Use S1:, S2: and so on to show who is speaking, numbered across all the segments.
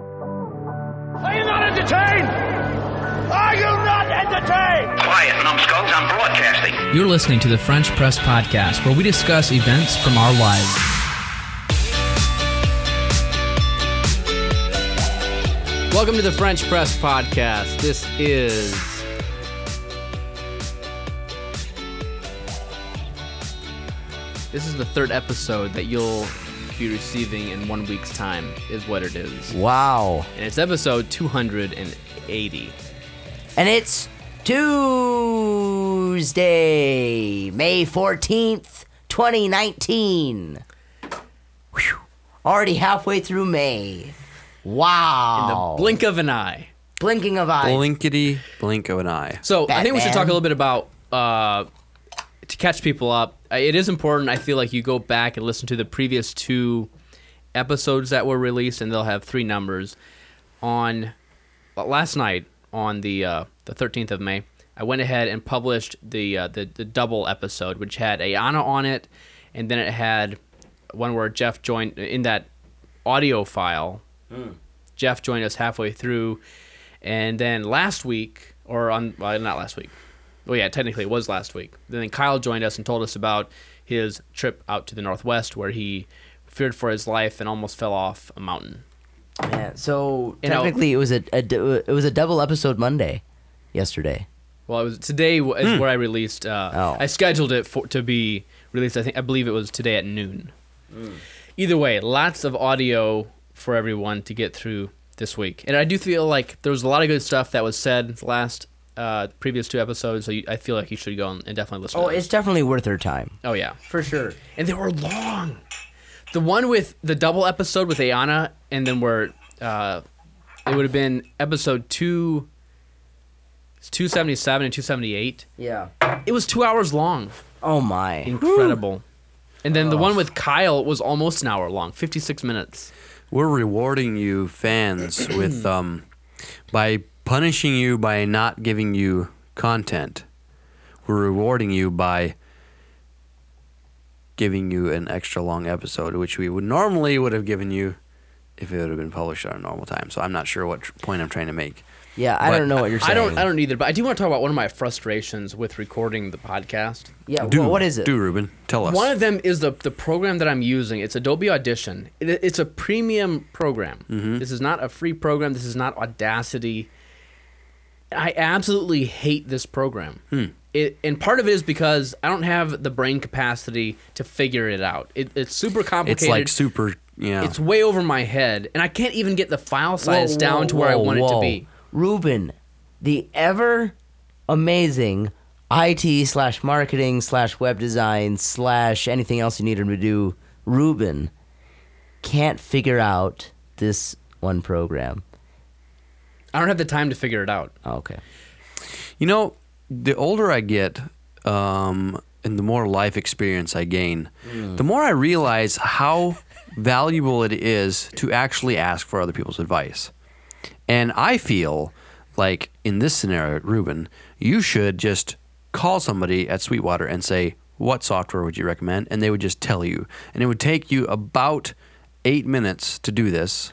S1: Are you not entertained? Are you not entertained?
S2: Quiet, numbskulls, I'm broadcasting.
S3: You're listening to the French Press Podcast, where we discuss events from our lives.
S4: Welcome to the French Press Podcast. This is. This is the third episode that you'll be receiving in one week's time, is what it is.
S5: Wow.
S4: And it's episode 280.
S5: And it's Tuesday, May 14th, 2019. Whew. Already halfway through May.
S4: In the
S5: Wow.
S4: blink of an eye.
S5: Blinking of eyes.
S6: Blinkety blink of an eye.
S4: So I think we should
S5: Batman.
S4: talk a little bit about uh, to catch people up. I- It is important. I feel like you go back and listen to the previous two episodes that were released, and they'll have three numbers. On well, last night, on the uh, the thirteenth of May, I went ahead and published the, uh, the the double episode, which had Ayana on it, and then it had one where Jeff joined in that audio file. Jeff joined us halfway through, and then last week, or on well, not last week, well yeah, technically it was last week. Then Kyle joined us and told us about his trip out to the northwest, where he feared for his life and almost fell off a mountain.
S5: Yeah, so
S4: You know-
S5: technically, it was a, a du- it was a double episode Monday, yesterday.
S4: Well, it was today w- is where I released. Uh,
S5: Oh.
S4: I scheduled it for to be released. I think I believe it was today at noon. Either way, lots of audio for everyone to get through this week, and I do feel like there was a lot of good stuff that was said last uh, previous two episodes. So you, I feel like you should go and and definitely listen.
S5: Oh,
S4: to those.
S5: it's definitely worth her time
S4: oh yeah,
S5: for sure.
S4: and they were long. The one with the double episode with Ayana, and then where uh, it would have been episode two. 277 and 278
S5: Yeah.
S4: it was two hours long.
S5: Oh my.
S4: Incredible. And then the one with Kyle was almost an hour long, 56 minutes.
S6: We're rewarding you fans with um by punishing you by not giving you content. We're rewarding you by giving you an extra long episode, which we would normally would have given you if it would have been published at a normal time. So I'm not sure what tr- point I'm trying to make.
S5: Yeah, I
S6: But
S5: don't know what you're saying.
S4: I don't I don't either, but I do want to talk about one of my frustrations with recording the podcast.
S5: Yeah.
S6: Do,
S5: wha- what is it?
S6: Do Ruben, tell us.
S4: One of them is the the program that I'm using. It's Adobe Audition. It, it's a premium program.
S6: Mm-hmm.
S4: This is not a free program. This is not Audacity. I absolutely hate this program.
S6: Hmm.
S4: It, and part of it is because I don't have the brain capacity to figure it out. It, it's super complicated.
S6: it's like super, yeah.
S4: It's way over my head, and I can't even get the file
S5: Whoa,
S4: size down
S5: whoa,
S4: to where I
S5: whoa,
S4: want it to
S5: whoa.
S4: be.
S5: Ruben, the ever amazing IT slash marketing slash web design slash anything else you need him to do, Ruben can't figure out this one program.
S4: I don't have the time to figure it out.
S5: Oh, okay.
S6: You know, the older I get, um, and the more life experience I gain, the more I realize how valuable it is to actually ask for other people's advice. And I feel like in this scenario, Ruben, you should just call somebody at Sweetwater and say, What software would you recommend? And they would just tell you. And it would take you about eight minutes to do this.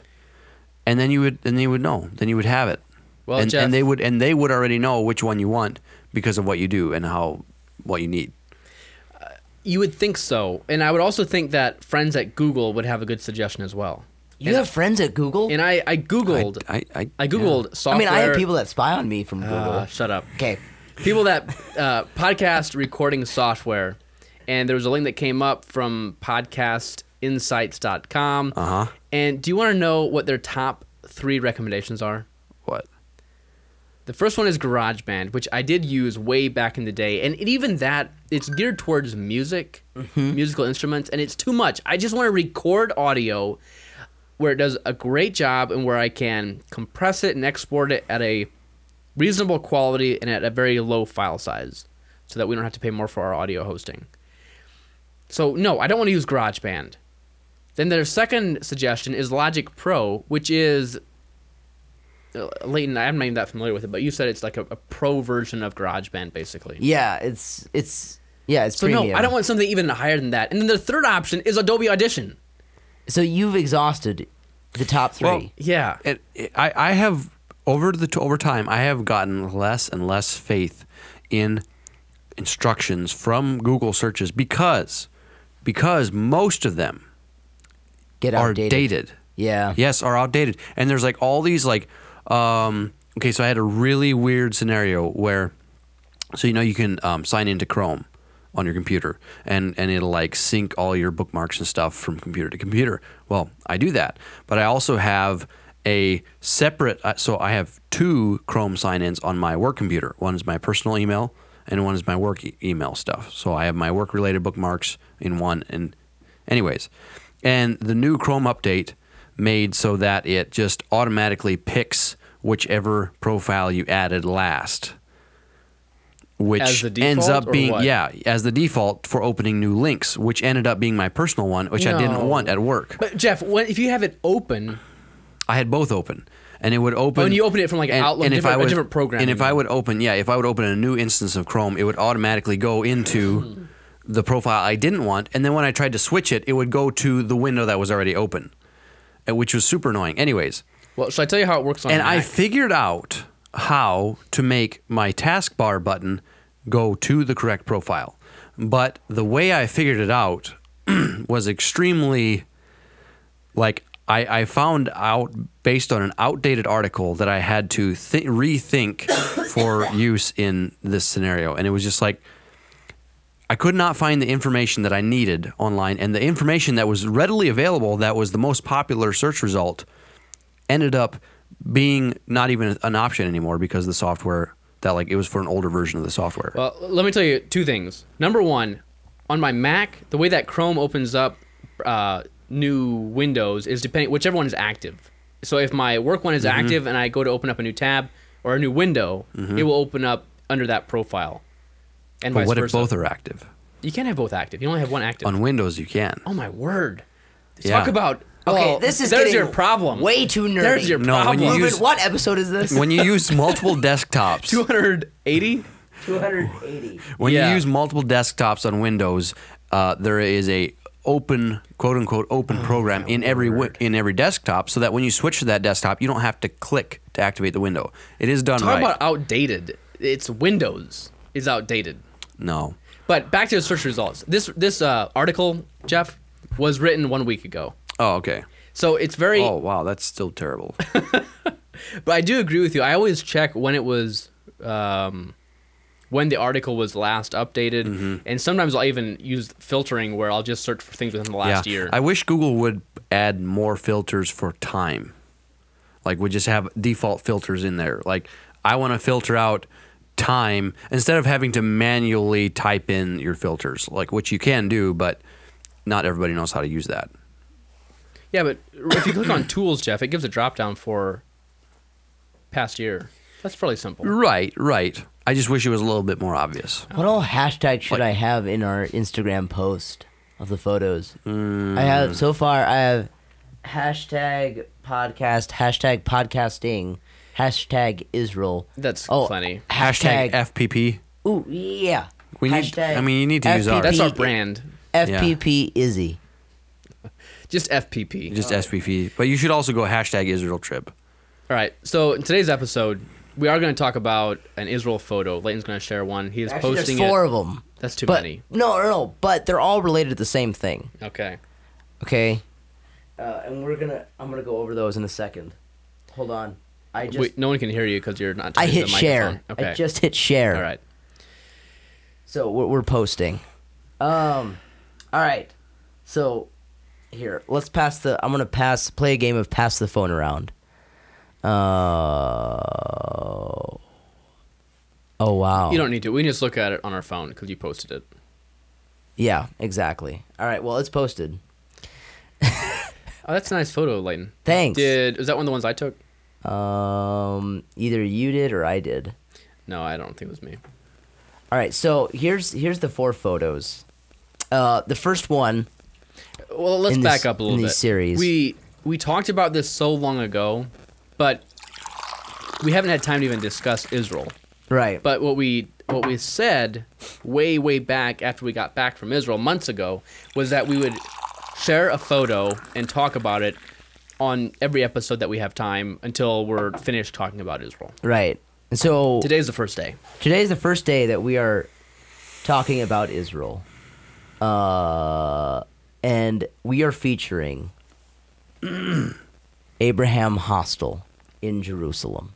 S6: And then you would and you would know. Then you would have it.
S4: Well,
S6: and,
S4: Jeff-
S6: and they would and they would already know which one you want because of what you do and how what you need.
S4: You would think so, and I would also think that friends at Google would have a good suggestion as well.
S5: You have friends at Google?
S4: And I, I googled, I,
S6: I- I-
S4: googled software.
S5: I mean, I have people that spy on me from Google.
S4: Uh, shut up.
S5: okay.
S4: people that uh, podcast recording software and there was a link that came up from podcastinsights.com
S6: Uh-huh.
S4: and do you want to know what their top three recommendations are
S6: What?
S4: the first one is garageband which i did use way back in the day and it, even that it's geared towards music musical instruments and it's too much i just want to record audio where it does a great job and where i can compress it and export it at a reasonable quality and at a very low file size so that we don't have to pay more for our audio hosting. So, no, I don't want to use GarageBand. Then their second suggestion is Logic Pro, which is. uh, Leighton, I'm not even that familiar with it, but you said it's like a, a pro version of GarageBand, basically.
S5: Yeah, it's it's yeah, it's
S4: so,
S5: premium.
S4: no, I don't want something even higher than that. And then the third option is Adobe Audition.
S5: So you've exhausted the top three.
S6: Well,
S4: Yeah.
S6: it, it, I, I have over the t- over time I have gotten less and less faith in instructions from Google searches because because most of them
S5: Get
S6: are
S5: outdated.
S6: dated.
S5: Yeah.
S6: Yes, are outdated. And there's like all these like um okay, so I had a really weird scenario where so you know you can um, sign into Chrome on your computer and and it'll like sync all your bookmarks and stuff from computer to computer. Well, I do that, but I also have a separate uh, so I have two Chrome sign-ins on my work computer. One is my personal email and one is my work e- email stuff. So I have my work related bookmarks in one and anyways. And the new Chrome update made so that it just automatically picks whichever profile you added last which
S4: As the
S6: ends
S4: default
S6: up
S4: or
S6: being
S4: what?
S6: yeah as the default for opening new links which ended up being my personal one which i
S4: No.
S6: didn't want at work
S4: But Jeff, when, if you have it open,
S6: i had both open and it would open
S4: Oh, and you open it from, like, Outlook, different- a different programming.
S6: and if i would open yeah if i would open a new instance of chrome it would automatically go
S4: Hmm.
S6: into the profile i didn't want and then when i tried to switch it it would go to the window that was already open uh, which was super annoying anyways
S4: well, should I tell you how it works on
S6: and I
S4: Mac?
S6: figured out how to make my taskbar button go to the correct profile. But the way I figured it out was extremely like I, I found out based on an outdated article that I had to th- rethink for use in this scenario. And it was just like, I could not find the information that I needed online. And the information that was readily available, that was the most popular search result, ended up being not even an option anymore because the software that like it was for an older version of the software.
S4: Well, Uh, let me tell you two things. Number one, on my Mac, the way that Chrome opens up uh, new windows is depending whichever one is active. So if my work one is
S6: Mm-hmm.
S4: active and I go to open up a new tab or a new window, it will open up under that profile. And
S6: but
S4: vice
S6: what if
S4: versa.
S6: both are active?
S4: You can't have both active. You only have one active.
S6: On Windows you can.
S4: oh my word!
S6: Yeah.
S4: Talk about
S5: Okay,
S4: well,
S5: this is
S4: there's
S5: getting
S4: your problem.
S5: Way too nerdy.
S4: There's your
S6: No, when
S4: problem.
S6: you
S5: Ruben,
S6: use-
S5: what episode is this?
S6: when you use multiple desktops,
S4: 280.
S5: 280.
S6: when
S4: Yeah.
S6: you use multiple desktops on Windows, uh, there is a open quote unquote
S4: Oh,
S6: open program in every wi- in every desktop, so that when you switch to that desktop, you don't have to click to activate the window. It is done
S4: Talk
S6: right.
S4: about outdated. It's Windows is outdated.
S6: no,
S4: But back to the search results. This this uh, article, Jeff, was written one week ago,
S6: oh okay.
S4: so it's very.
S6: Oh wow, that's still terrible.
S4: But I do agree with you. I always check when it was, um, when the article was last updated,
S6: Mm-hmm.
S4: and sometimes I'll even use filtering where I'll just search for things within the last year.
S6: I wish Google would add more filters for time. Like would just have default filters in there. Like I want to filter out time instead of having to manually type in your filters, like which you can do, but not everybody knows how to use that.
S4: yeah, but if you click on tools, Jeff, it gives a drop down for past year. That's fairly simple.
S6: Right, right. I just wish it was a little bit more obvious.
S5: What all hashtag should I have in our Instagram post of the photos? I have so far. I have hashtag podcast, hashtag podcasting, hashtag Israel. Oh,
S4: That's plenty.
S5: Hashtag.
S6: Hashtag, FPP.
S5: ooh yeah.
S6: We need- I mean, you need to use ours.
S4: That's our
S5: FPP
S4: brand.
S5: FPP Izzy.
S4: Just FPP.
S6: Just
S5: Oh.
S6: SPP. But you should also go hashtag Israel trip.
S4: All right. So in today's episode, we are going to talk about an Israel photo. Layton's going to share one. He is
S5: Actually,
S4: posting
S5: there's four
S4: it.
S5: of them.
S4: That's too
S5: But
S4: many.
S5: no, no, but they're all related to the same thing.
S4: Okay.
S5: Okay. Uh, and we're gonna. I'm gonna go over those in a second. Hold on. I just.
S4: Wait, no one can hear you because you're not.
S5: I
S4: touching
S5: hit
S4: the
S5: share.
S4: microphone. Okay.
S5: I just hit share.
S4: All right.
S5: So we're, we're posting. Um. All right. So here, let's pass the. I'm gonna pass. Play a game of pass the phone around. Uh. Oh wow.
S4: You don't need to. We can just look at it on our phone because you posted it.
S5: Yeah. Exactly. All right. Well, it's posted.
S4: Oh, that's a nice photo, Layton.
S5: Thanks.
S4: Did was that one of the ones I took?
S5: Um. Either you did or I did.
S4: No, I don't think it was me.
S5: All right, so here's here's the four photos. Uh, the first one,
S4: Well, let's
S5: In
S4: back
S5: this-
S4: up a little
S5: in
S4: bit.
S5: these series.
S4: We we talked about this so long ago, but we haven't had time to even discuss Israel.
S5: right?
S4: But what we what we said way way back after we got back from Israel months ago was that we would share a photo and talk about it on every episode that we have time until we're finished talking about Israel.
S5: Right. And so
S4: Today's the first day.
S5: Today is the first day that we are talking about Israel. Uh, and we are featuring Abraham Hostel in Jerusalem.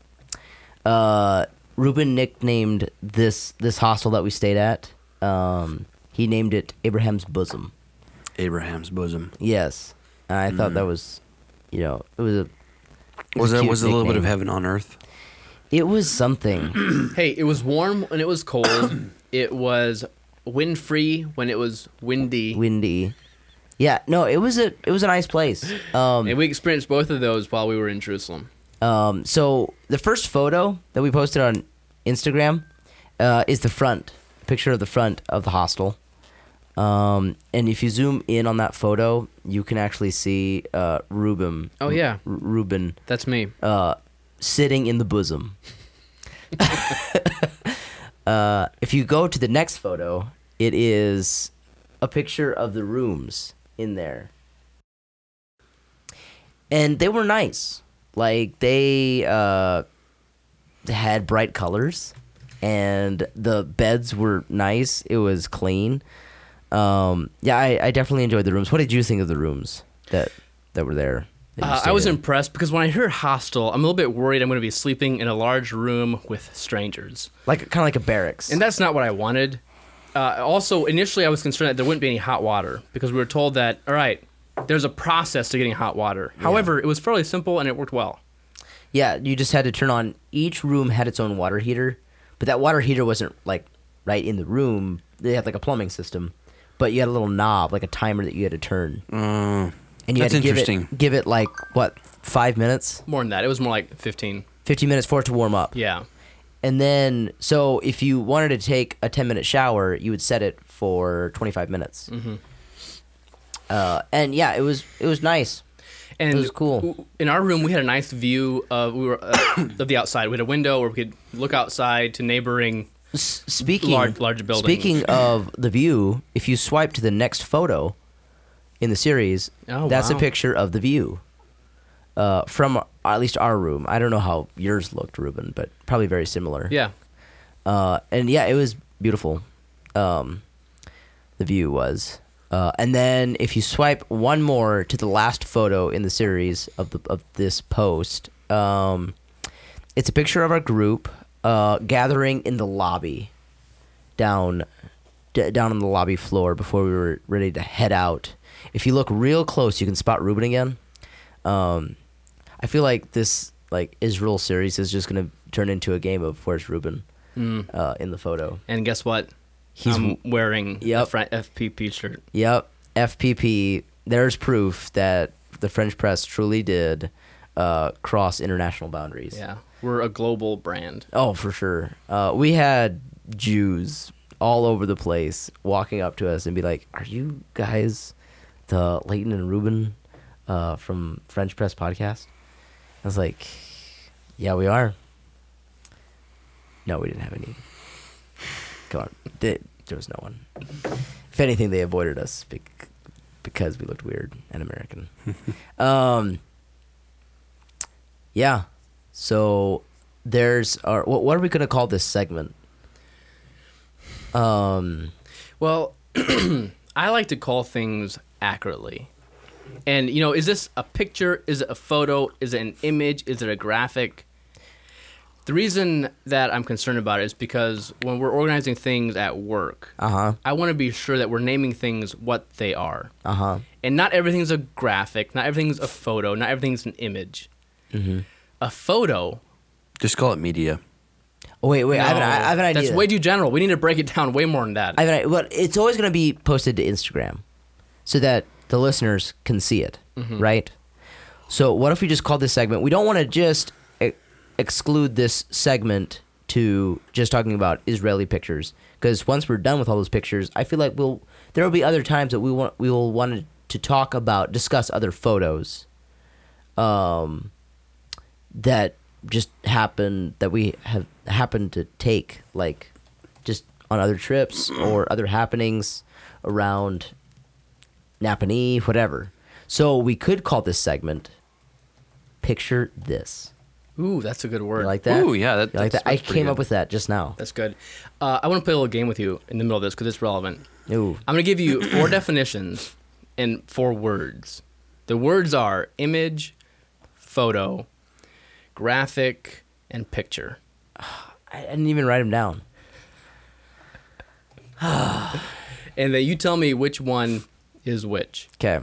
S5: Uh, Reuben nicknamed this this hostel that we stayed at. Um, he named it Abraham's bosom.
S6: Abraham's bosom.
S5: Yes, and I thought that was, you know, it was a it
S6: Mm. Was
S5: a
S6: that
S5: cute
S6: was it a little bit of
S5: nickname.
S6: heaven on earth?
S5: It was something.
S4: Hey, it was warm when it was cold. it was wind free when it was windy.
S5: windy. Yeah, no, it was a it was a nice place. Um,
S4: and we experienced both of those while we were in Jerusalem.
S5: um, so the first photo that we posted on Instagram uh, is the front picture of the front of the hostel. Um, and if you zoom in on that photo, you can actually see uh, Ruben.
S4: Oh, yeah.
S5: R- Ruben
S4: That's me.
S5: uh, sitting in the bosom. uh, if you go to the next photo, it is a picture of the rooms in there. And they were nice. Like, they uh, had bright colors, and the beds were nice. It was clean. Um, yeah, I, I definitely enjoyed the rooms. What did you think of the rooms that, that were there? that you
S4: Uh, I
S5: stayed
S4: was
S5: in?
S4: impressed because when I hear hostel, I'm a little bit worried I'm going to be sleeping in a large room with strangers.
S5: like kind of like a barracks.
S4: And that's not what I wanted. Uh, also, initially, I was concerned that there wouldn't be any hot water because we were told that, all right, there's a process to getting hot water. However, it was fairly simple and it worked well.
S5: yeah, you just had to turn on. Each room had its own water heater, but that water heater wasn't like right in the room. They had like a plumbing system, but you had a little knob, like a timer that you had to turn, and you
S6: Mm, That's
S5: had to give
S6: interesting.
S5: it give it like what five minutes,
S4: More than that, it was more like 15.
S5: fifteen minutes for it to warm up.
S4: Yeah.
S5: And then, so if you wanted to take a 10 minute shower, you would set it for 25 minutes. Mm-hmm. Uh, and yeah, it was it was nice.
S4: And
S5: It was cool.
S4: w- In our room, we had a nice view of we were uh, of the outside. We had a window where we could look outside to neighboring.
S5: S- speaking
S4: Large- large buildings.
S5: Speaking of the view, if you swipe to the next photo in the series,
S4: Oh,
S5: that's a
S4: wow.
S5: picture of the view uh, from uh, at least our room. I don't know how yours looked, Ruben, but probably very similar.
S4: Yeah.
S5: Uh, and yeah, it was beautiful. Um, the view was. Uh, and then if you swipe one more to the last photo in the series of the of this post, um, it's a picture of our group uh, gathering in the lobby, down d- down on the lobby floor before we were ready to head out. If you look real close, you can spot Ruben again. Um, I feel like this like Israel series is just gonna turn into a game of where's Ruben uh, in the photo.
S4: And guess what?
S5: He's-
S4: I'm wearing a
S5: Yep.
S4: Fra- FPP shirt.
S5: Yep, FPP. There's proof that the French press truly did uh, cross international boundaries.
S4: Yeah. We're a global brand.
S5: Oh, for sure. Uh, we had Jews all over the place walking up to us and be like, "Are you guys the Leighton and Ruben uh, from French Press Podcast?" I was like, "Yeah, we are." No, we didn't have any. Come on, They- there was no one. If anything, they avoided us bec- because we looked weird and American. um, yeah. So there's our what, what are we gonna call this segment? Um,
S4: Well, I like to call things accurately. And, you know, is this a picture? Is it a photo? Is it an image? Is it a graphic? The reason that I'm concerned about it is because when we're organizing things at work,
S5: uh huh,
S4: I want to be sure that we're naming things what they are.
S5: uh huh.
S4: And not everything's a graphic, not everything's a photo, not everything's an image.
S5: Mm-hmm.
S4: A photo.
S6: Just call it media.
S5: Oh, wait, wait, I have an,
S4: no,
S5: I have an idea.
S4: That's way too general. We need to break it down way more than that.
S5: I have an idea. Well, it's always gonna be posted to Instagram, so that the listeners can see it,
S4: Mm-hmm.
S5: right? So what if we just call this segment? We don't want to just e- exclude this segment to just talking about Israeli pictures because once we're done with all those pictures, I feel like we'll there will be other times that we want we will want to talk about discuss other photos. um, that just happened that we have happened to take like
S6: Mm-hmm.
S5: just on other trips or other happenings around Napanee, whatever. So we could call this segment "Picture This."
S4: Ooh, that's a good word.
S5: You like that?
S6: Ooh, yeah, that-
S5: You like
S6: that's-
S5: that? I
S6: that's pretty
S5: came up
S6: good.
S5: with that just now.
S4: That's good. Uh, I want to play a little game with you in the middle of this because it's relevant.
S6: Uh,
S5: Ooh,
S4: I'm going to give you four definitions and four words. The words are image, photo, graphic, and picture.
S5: I I didn't even write them down.
S4: And then you tell me which one is which.
S5: Okay.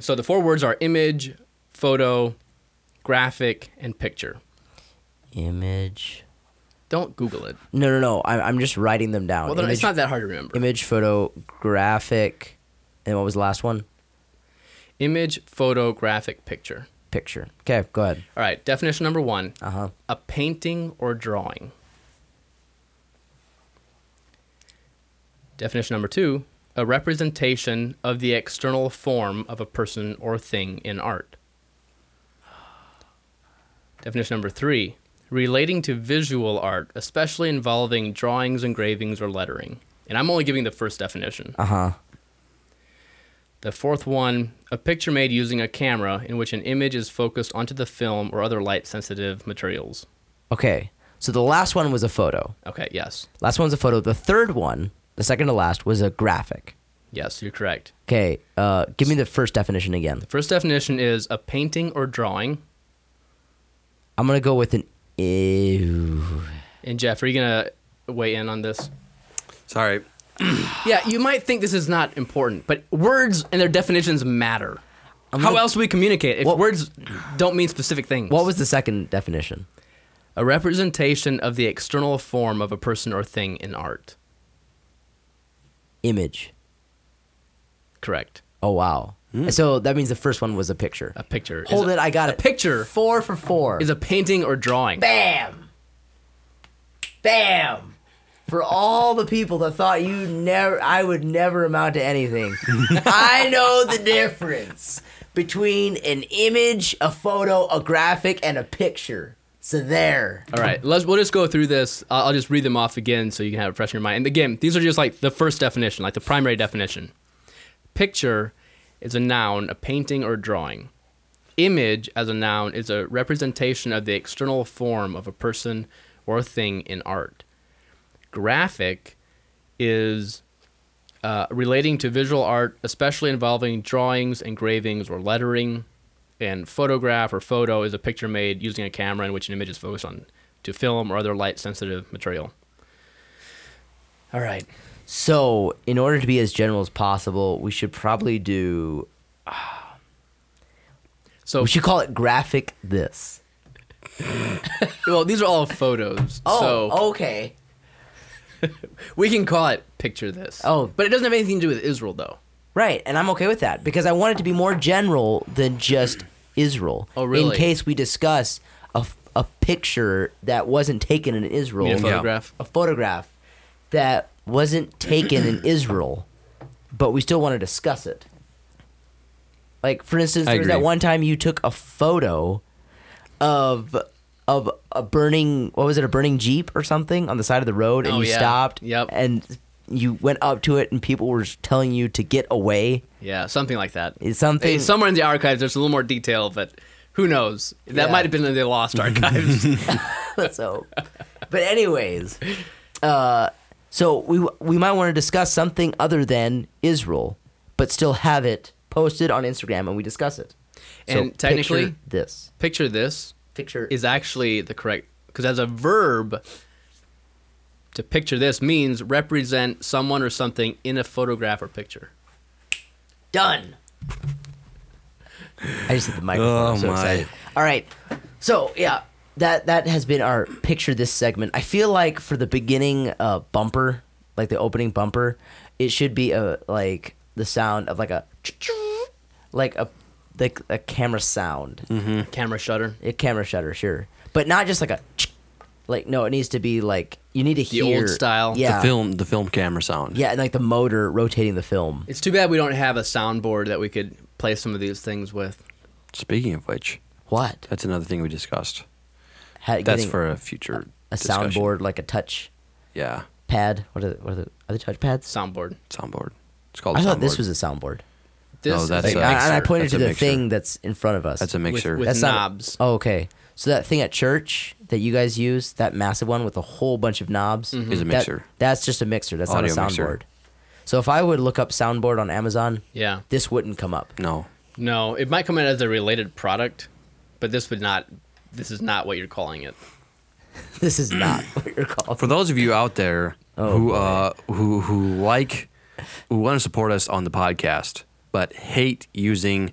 S4: So the four words are image, photo, graphic, and picture.
S5: Image.
S4: Don't Google it.
S5: No, no, no. I'm, I'm just writing them down.
S4: Well, they're- it's not that hard to remember.
S5: image, photo, graphic, and what was the last one?
S4: Image, photo, graphic, picture.
S5: Picture. Okay, go ahead.
S4: All right, definition number one
S5: Uh huh.
S4: a painting or drawing. Definition number two a representation of the external form of a person or thing in art. Definition number three relating to visual art, especially involving drawings, engravings, or lettering. And I'm only giving the first definition.
S5: Uh huh.
S4: The fourth one, a picture made using a camera in which an image is focused onto the film or other light sensitive materials.
S5: Okay. So the last one was a photo.
S4: Okay, yes.
S5: Last one's a photo. The third one, the second to last, was a graphic.
S4: Yes, you're correct.
S5: Okay. Uh, give me the first definition again.
S4: First definition is a painting or drawing.
S5: I'm gonna go with an. Ew.
S4: And Jeff, are you going to weigh in on this?
S6: Sorry.
S4: Yeah, you might think this is not important, but words and their definitions matter. How
S5: gonna-
S4: else do we communicate if
S5: What-
S4: words don't mean specific things?
S5: What was the second definition?
S4: a representation of the external form of a person or thing in art?
S5: Image.
S4: Correct.
S5: Oh wow. So that means the first one was a picture.
S4: A picture. is
S5: Hold
S4: a-
S5: it, I got
S4: a
S5: it.
S4: picture
S5: Four for four.
S4: is a painting or drawing.
S5: Bam! Bam! For all the people that thought you never, I would never amount to anything. I know the difference between an image, a photo, a graphic, and a picture. So there.
S4: All right, let's we'll just go through this. I'll, I'll just read them off again so you can have it fresh in your mind. And again, these are just like the first definition, like the primary definition. Picture is a noun, a painting or drawing. Image as a noun is a representation of the external form of a person or thing in art. Graphic is uh, relating to visual art, especially involving drawings, engravings, or lettering. And photograph or photo is a picture made using a camera in which an image is focused on to film or other light sensitive material. All right.
S5: So, in order to be as general as possible, we should probably do.
S4: So,
S5: We should call it graphic this.
S4: well, these are all photos. so
S5: Oh, okay.
S4: we can call it picture this.
S5: Oh.
S4: but it doesn't have anything to do with Israel, though.
S5: Right, and I'm okay with that because I want it to be more general than just Israel.
S4: Oh, really?
S5: In case we discuss a, f- a picture that wasn't taken in Israel,
S4: You mean a photograph?
S5: a photograph that wasn't taken in Israel, but we still want to discuss it. Like, for instance,
S6: I
S5: there was that
S6: agree.
S5: one time you took a photo of of a burning what was it a burning jeep or something on the side of the road and
S4: Oh,
S5: you
S4: yeah.
S5: stopped
S4: Yep.
S5: and you went up to it and people were telling you to get away
S4: Yeah, something like that.
S5: It's something-
S4: Hey, somewhere in the archives. There's a little more detail, but who knows? That
S5: Yeah.
S4: might have been in the lost archives.
S5: Let's hope. But anyways, uh, so we we might want to discuss something other than Israel, but still have it posted on Instagram and we discuss it. So
S4: And technically-
S5: picture this
S4: picture this
S5: picture
S4: is actually the correct because as a verb to picture this means represent someone or something in a photograph or picture
S5: done. I just hit the microphone.
S6: Oh,
S5: I'm so
S6: my.
S5: excited. All right. So yeah, that that has been our picture this segment. I feel like for the beginning uh, bumper, like the opening bumper, it should be a like the sound of like a like a like a camera sound,
S4: camera shutter
S5: a camera shutter, sure, but not just like a like no. It needs to be like you need to
S4: The
S5: hear
S4: old style. The
S5: yeah,
S6: Film the film camera sound.
S5: yeah, and like the motor rotating the film.
S4: it's too bad we don't have a soundboard that we could play some of these things with
S6: Speaking of which,
S5: What?
S6: that's another thing we discussed.
S5: Ha-
S6: That's
S5: getting-
S6: for a future
S5: a
S6: discussion.
S5: soundboard, like a touch
S6: Yeah,
S5: pad. What are the, what are the, are the touch pads?
S4: soundboard
S6: soundboard. It's called.
S5: I
S6: a
S5: thought this
S6: soundboard.
S5: was a soundboard.
S4: This
S6: No,
S4: is a
S6: that's
S5: Like,
S6: a-
S5: I- and I
S6: mixer.
S5: pointed
S6: That's
S5: to
S6: a
S5: the
S6: mixer.
S5: thing that's in front of us.
S6: That's a
S4: with,
S6: mixer.
S4: with
S5: That's not-
S4: knobs.
S5: Oh, okay. So that thing at church that you guys use, that massive one with a whole bunch of knobs,
S6: Is a
S5: that-
S6: mixer.
S5: that's just a mixer. That's
S6: Audio
S5: not a
S6: mixer.
S5: soundboard. So if I would look up soundboard on Amazon,
S4: Yeah.
S5: this wouldn't come up.
S6: no.
S4: No, it might come in as a related product, but this would not. This is not what you're calling it.
S5: This is not what you're called.
S6: For those of you out there who uh, who who like who want to support us on the podcast but hate using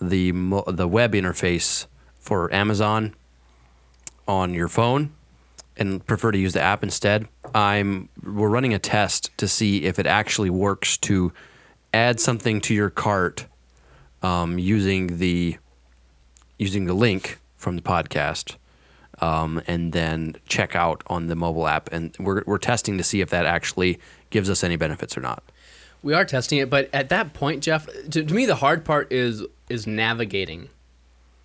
S6: the mo- the web interface for Amazon on your phone and prefer to use the app instead, I'm we're running a test to see if it actually works to add something to your cart um, using the using the link from the podcast um, and then check out on the mobile app. And we're, we're testing to see if that actually gives us any benefits or not.
S4: We are testing it, but at that point, Jeff, to, to me, the hard part is is navigating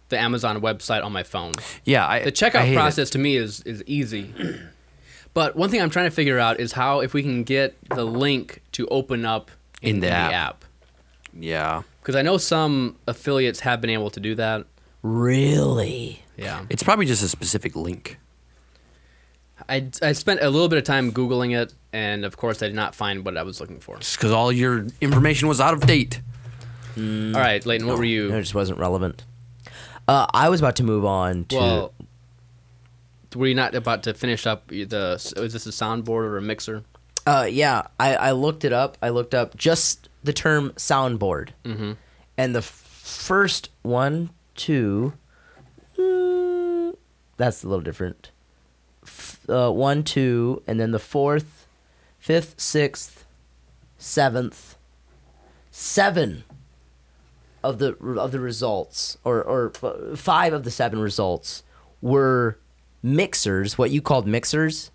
S4: the Amazon website on my phone.
S6: Yeah, I,
S4: The
S6: I hate
S4: checkout
S6: it.
S4: process to me is is easy. But one thing I'm trying to figure out is how if we can get the link to open up in, the, app.
S6: Yeah,
S4: Because I know some affiliates have been able to do that.
S5: Really?
S4: Yeah.
S6: it's probably just a specific link.
S4: I, I spent a little bit of time Googling it, and of course, I did not find what I was looking for.
S6: It's because all your information was out of date.
S4: All right, Leighton, what were you?
S5: No, it just wasn't relevant. Uh, I was about to move on to.
S4: Well, were you not about to finish up the? Is this a soundboard or a mixer?
S5: Uh, yeah, I, I looked it up. I looked up just the term soundboard. Mm-hmm. And the f- first one, two, mm, that's a little different. F- uh, one, two, and then the fourth, fifth, sixth, seventh, seven of the of the results, or or f- five of the seven results were mixers, what you called mixers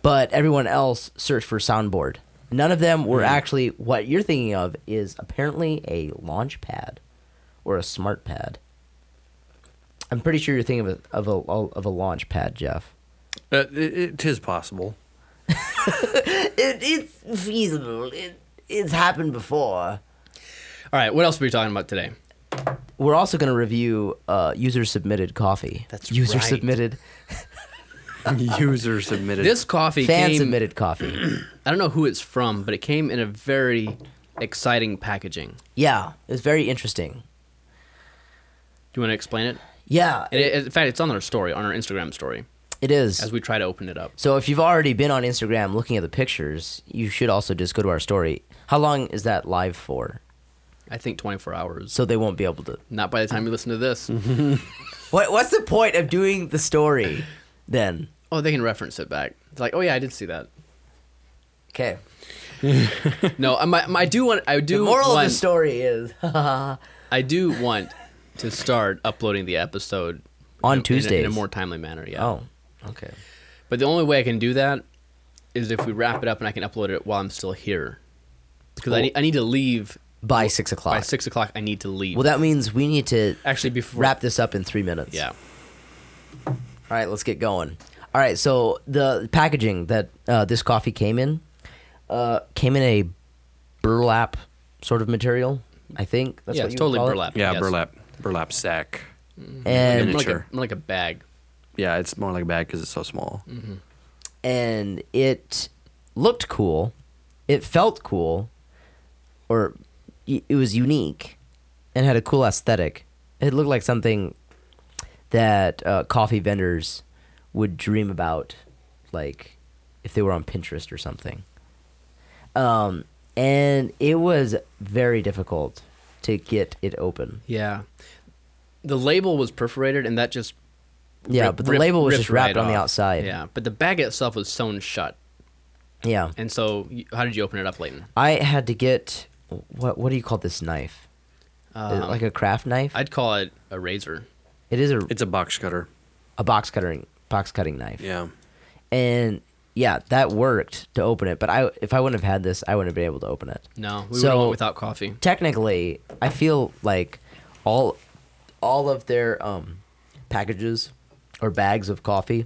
S5: but everyone else searched for soundboard. None of them were actually what you're thinking of is apparently a launch pad or a smart pad. I'm pretty sure you're thinking of a of a of a launch pad, Jeff.
S6: Uh, it, it is possible.
S5: It, it's feasible. It, it's happened before.
S4: All right, what else were we talking about today?
S5: We're also going to review uh, user submitted coffee.
S4: That's
S5: user
S4: right.
S5: submitted,
S6: User submitted.
S4: This coffee
S5: fan
S4: came.
S5: submitted coffee.
S4: I don't know who it's from, but it came in a very exciting packaging.
S5: yeah, it's very interesting.
S4: Do you want to explain it?
S5: Yeah,
S4: It- it- in fact, it's on our story, on our Instagram story,
S5: it is.
S4: as we try to open it up.
S5: So if you've already been on Instagram looking at the pictures, you should also just go to our story. How long is that live for?
S4: I think 24 hours.
S5: So they won't be able to.
S4: Not by the time you listen to this.
S5: Mm-hmm. What What's the point of doing the story then?
S4: Oh, they can reference it back. It's like, oh yeah, I did see that.
S5: Okay.
S4: No, I, my, my- I do want. I do.
S5: The moral
S4: want,
S5: of the story is
S4: I do want to start uploading the episode in a- in a-
S5: On
S4: in a,
S5: Tuesdays.
S4: more timely manner. Yeah.
S5: oh, okay.
S4: But the only way I can do that is if we wrap it up and I can upload it while I'm still here. Because I,
S5: Well-
S4: need, I need to leave
S5: By six o'clock.
S4: by six o'clock. I need to leave.
S5: well, that means we need to
S4: actually before
S5: wrap this up in three minutes.
S4: Yeah.
S5: All right, let's get going. All right, so the packaging that uh, this coffee came in uh, came in a burlap sort of material. I think that's
S4: yeah,
S5: what
S4: it's
S5: you would
S4: totally
S5: call it.
S4: burlap.
S6: yeah,
S4: yes.
S6: burlap, burlap sack.
S5: And
S4: More like, a,
S6: Miniature.
S4: more like a bag.
S6: Yeah, it's more like a bag because it's so small.
S5: and it looked cool. It felt cool, or y- it was unique and had a cool aesthetic. It looked like something that uh, coffee vendors would dream about, like if they were on Pinterest or something. Um, and it was very difficult to get it open.
S4: Yeah. The label was perforated, and that just
S5: Yeah,
S4: rip-
S5: but the
S4: rip-
S5: label was
S4: ripped
S5: just
S4: right
S5: wrapped on the
S4: off.
S5: outside.
S4: Yeah, but the bag itself was sewn shut.
S5: yeah.
S4: And so, y- how did you open it up, Leighton?
S5: I had to get what what do you call this knife? Is it
S4: Um,
S5: like a craft knife?
S4: I'd call it a razor.
S5: It is a,
S6: It's a box cutter.
S5: a box cutting box cutting knife.
S6: Yeah.
S5: And yeah, that worked to open it. But I if I wouldn't have had this, I wouldn't have been able to open it.
S4: No, we would
S5: So-
S4: have went without coffee.
S5: Technically, I feel like all all of their um, packages or bags of coffee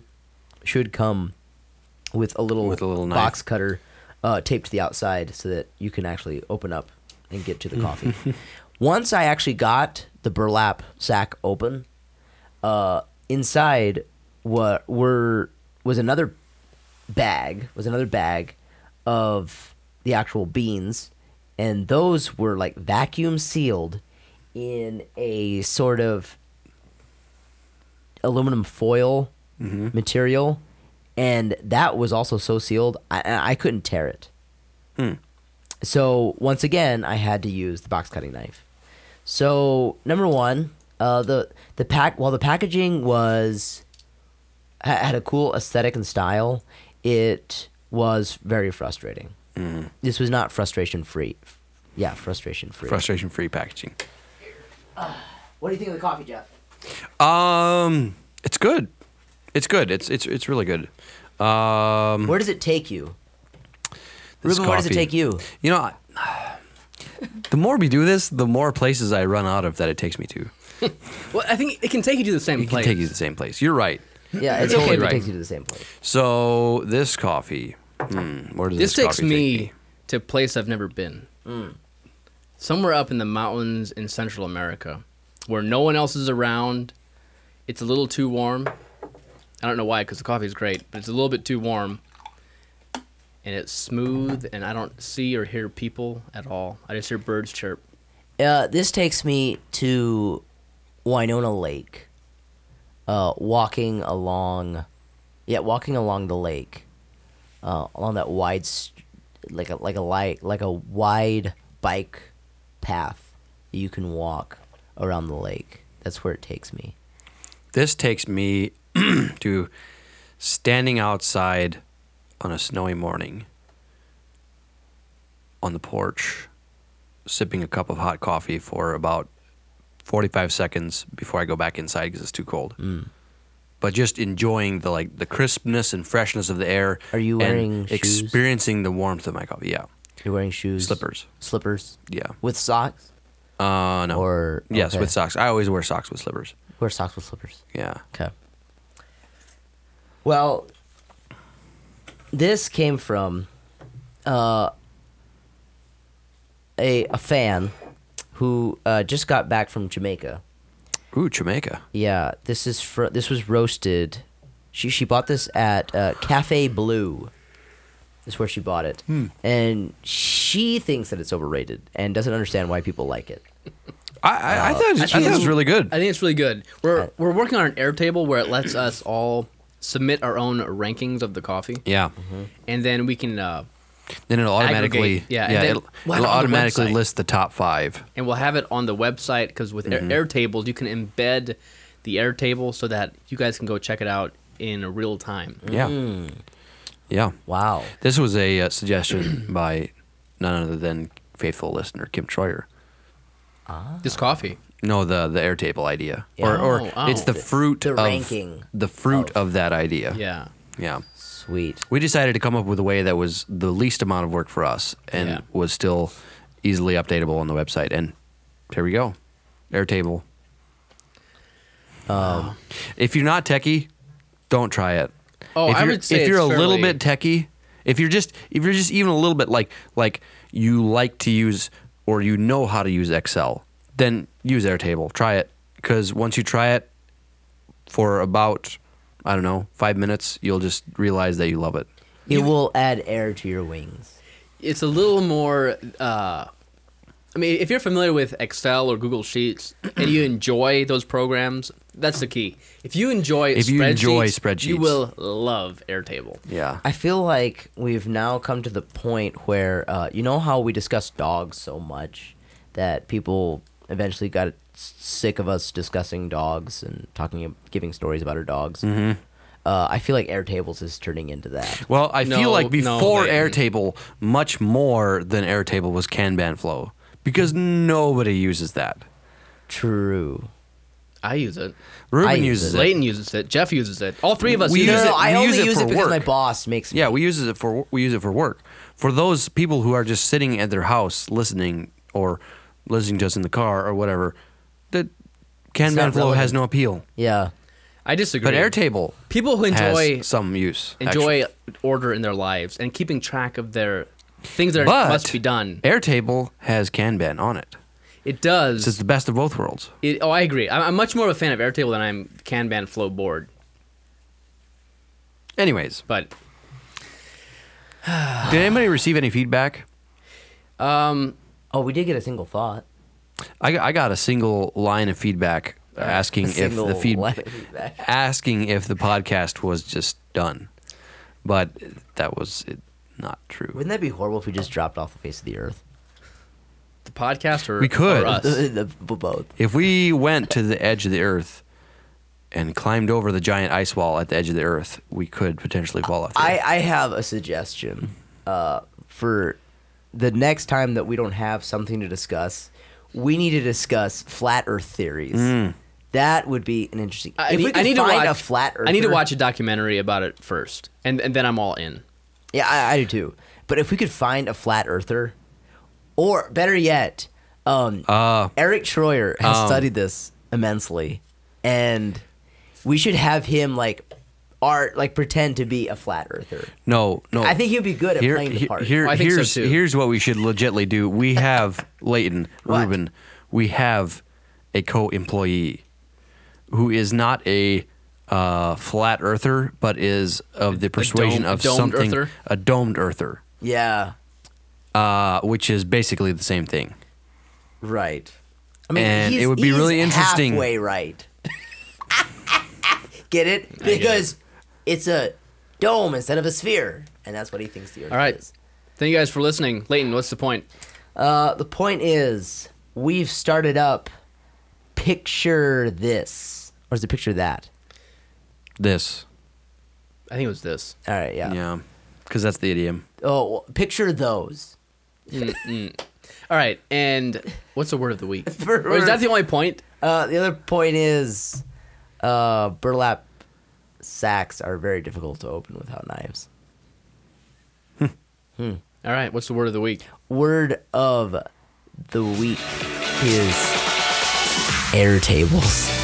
S5: should come with a little
S6: With a little knife.
S5: box cutter uh, taped to the outside so that you can actually open up and get to the coffee. Once I actually got the burlap sack open, uh, inside what were was another bag was another bag of the actual beans, and those were like vacuum sealed in a sort of aluminum foil
S6: Mm-hmm.
S5: material, and that was also so sealed I, I couldn't tear it.
S6: Hmm.
S5: So once again, I had to use the box cutting knife. So number one, uh, the the pack while the packaging was ha- had a cool aesthetic and style, it was very frustrating.
S6: Mm-hmm.
S5: This was not frustration free. Yeah, frustration free.
S6: Frustration free packaging.
S5: what do you think of the coffee, Jeff?
S6: Um, it's good. It's good. It's it's it's really good. Um,
S5: Where does it take you?
S6: this
S5: Ruben, where does it
S6: coffee-
S5: take you?
S6: You know, I- the more we do this, the more places I run out of that it takes me to.
S4: Well, I think it can take you to the same
S6: It can
S4: place.
S6: take you to the same place. You're right.
S5: Yeah, it's
S6: You're
S5: okay if
S6: totally
S5: it
S6: right.
S5: takes you to the same place.
S6: So this coffee, hmm, where does
S4: this,
S6: this,
S4: takes
S6: coffee
S4: me,
S6: take me?
S4: to a place I've never been. Somewhere up in the mountains in Central America, where no one else is around. It's a little too warm. I don't know why, because the coffee is great, but it's a little bit too warm. And it's smooth, and I don't see or hear people at all. I just hear birds chirp.
S5: Uh, this takes me to Winona Lake. Uh, walking along, yeah, walking along the lake, uh, along that wide, st- like a like a light like a wide bike path that you can walk around the lake. That's where it takes me.
S6: This takes me to standing outside on a snowy morning on the porch, sipping a cup of hot coffee for about 45 seconds before I go back inside because it's too cold.
S5: Hmm.
S6: But just enjoying the like the crispness and freshness of the air.
S5: Are you
S6: and
S5: wearing shoes?
S6: experiencing the warmth of my coffee? Yeah,
S5: You're wearing shoes,
S6: slippers.
S5: slippers
S6: Yeah.
S5: with socks,
S6: Uh, no.
S5: or
S6: yes,
S5: okay.
S6: with socks. I always wear socks with slippers.
S5: wear socks with slippers.
S6: Yeah.
S5: Okay. Well, this came from uh, a a fan who uh, just got back from Jamaica.
S6: Ooh, Jamaica.
S5: Yeah, this is fr- this was roasted. She she bought this at uh, Cafe Blue. Is where she bought it, and she thinks that it's overrated and doesn't understand why people like it.
S6: I, I, I thought it was, I thought it was really good.
S4: I think it's really good. We're we're working on an Airtable where it lets us all submit our own rankings of the coffee,
S6: Yeah.
S5: Uh-huh.
S4: and then we can uh,
S6: Then it'll automatically
S4: Aggregate, yeah, and
S6: yeah
S4: then
S6: it'll,
S4: we'll have it
S6: it'll
S4: on the
S6: automatically
S4: website.
S6: list the top five.
S4: and we'll have it on the website because with
S6: Mm-hmm.
S4: air Airtables you can embed the Airtable so that you guys can go check it out in real time.
S6: Yeah.
S4: Hmm.
S6: Yeah.
S5: Wow,
S6: This was a uh, suggestion by none other than faithful listener Kim Troyer.
S4: This coffee,
S6: No, the the airtable idea, or
S4: Yeah.
S6: or
S4: Oh, oh.
S6: it's the fruit
S5: The
S6: of
S5: ranking
S6: the fruit of, that idea.
S4: yeah,
S6: Yeah.
S5: sweet.
S6: We decided to come up with a way that was the least amount of work for us and
S4: Yeah.
S6: was still easily updatable on the website. And here we go, Airtable. Um, if you're not techie, don't try it.
S4: Oh,
S6: if
S4: I
S6: you're,
S4: would say
S6: if you're a
S4: it's
S6: little
S4: fairly-
S6: bit techie, if you're just if you're just even a little bit like like you like to use or you know how to use Excel, then use Airtable. Try it because once you try it for about I don't know five minutes, you'll just realize that you love it.
S5: It will add air to your wings.
S4: it's a little more. Uh, I mean, if you're familiar with Excel or Google Sheets and you enjoy those programs, that's the key. If you enjoy
S6: If you enjoy
S4: you
S6: spreadsheets.
S4: will love Airtable.
S6: Yeah.
S5: I feel like we've now come to the point where uh, you know how we discuss dogs so much that people eventually got s- sick of us discussing dogs and talking, giving stories about our dogs. Mm-hmm. Uh, I feel like Airtables is turning into that.
S6: Well, I
S4: No,
S6: feel like
S4: no,
S6: before
S4: Leighton.
S6: Airtable, much more than Airtable was Kanban Flow because
S4: Mm.
S6: nobody uses that.
S5: True.
S4: I use it.
S6: Ruben
S5: I use
S6: uses it.
S4: Layton uses it. Jeff uses it. All three of us
S6: We
S4: use
S6: use
S4: it.
S6: it-
S5: I
S6: we
S5: only
S6: use it for
S5: because
S6: work.
S5: my boss makes me.
S6: Yeah, we use it for we use it for work. For those people who are just sitting at their house listening or listening to us in the car or whatever, the Kanban
S5: not
S6: Flow
S5: relevant.
S6: has no appeal.
S5: Yeah.
S4: I disagree.
S6: But Airtable
S4: people who enjoy
S6: has some use. actually.
S4: enjoy order in their lives and keeping track of their things that are,
S6: but
S4: must be done.
S6: Airtable has Kanban on it.
S4: It does.
S6: This is the best of both worlds.
S4: It, oh, I agree. I'm, I'm much more of a fan of Airtable than I'm Kanban Flowboard.
S6: Anyways,
S4: But
S6: did anybody receive any feedback?
S4: um,
S5: Oh, we did get a single thought.
S6: I, I got a single line of feedback asking if
S5: single
S6: the
S5: line
S6: feedback
S5: of feedback.
S6: asking if the podcast was just done, but that was it, not true.
S5: Wouldn't that be horrible if we just dropped off the face of the earth?
S4: the podcast or
S6: We could.
S4: or us.
S5: The- the- both.
S6: If we went to the edge of the Earth and climbed over the giant ice wall at the edge of the Earth, we could potentially fall off. the
S5: I,
S6: Earth.
S5: I have a suggestion uh, for the next time that we don't have something to discuss. We need to discuss flat Earth theories. That would be an interesting.
S4: Mm. I,
S5: if we
S4: need,
S5: could
S4: I need
S5: find
S4: to watch
S5: a flat Earth.
S4: I need to watch a documentary about it first, and and then I'm all in.
S5: Yeah, I, I do too. But if we could find a flat earther, or better yet, um,
S6: Uh,
S5: Eric Troyer has
S6: um,
S5: studied this immensely, and we should have him like art, like pretend to be a flat earther.
S6: no, no.
S5: I think he'd be good at
S6: Here-
S5: playing the
S6: he-
S5: part.
S6: Here,
S4: I think so,
S6: here's,
S4: too.
S6: here's what we should legitly do. We have Leighton, Ruben, we have a co employee who is not a uh, flat earther, but is of the persuasion
S4: dome-
S6: of
S4: domed
S6: something,
S4: earther?
S6: a domed earther,
S5: Yeah,
S6: uh, which is basically the same thing.
S5: right. I
S6: And
S5: he's-
S6: it would be
S5: he's
S6: really interesting.
S5: Halfway right. Get it? Because it's a dome instead of a sphere, and that's what he thinks the earth
S4: All right.
S5: is.
S4: Thank you guys for listening, Leighton. What's the point?
S5: Uh, the point is, we've started up. Picture this, or is it picture that?
S6: This.
S4: I think it was this.
S5: All right, yeah.
S6: Yeah. Because that's the idiom.
S5: Oh, well, picture those.
S4: All right, and what's the word of the week?
S5: For-
S4: Or is that the only point?
S5: Uh, the other point is, uh, burlap sacks are very difficult to open without knives.
S4: All right, what's the word of the week?
S5: Word of the week is air tables.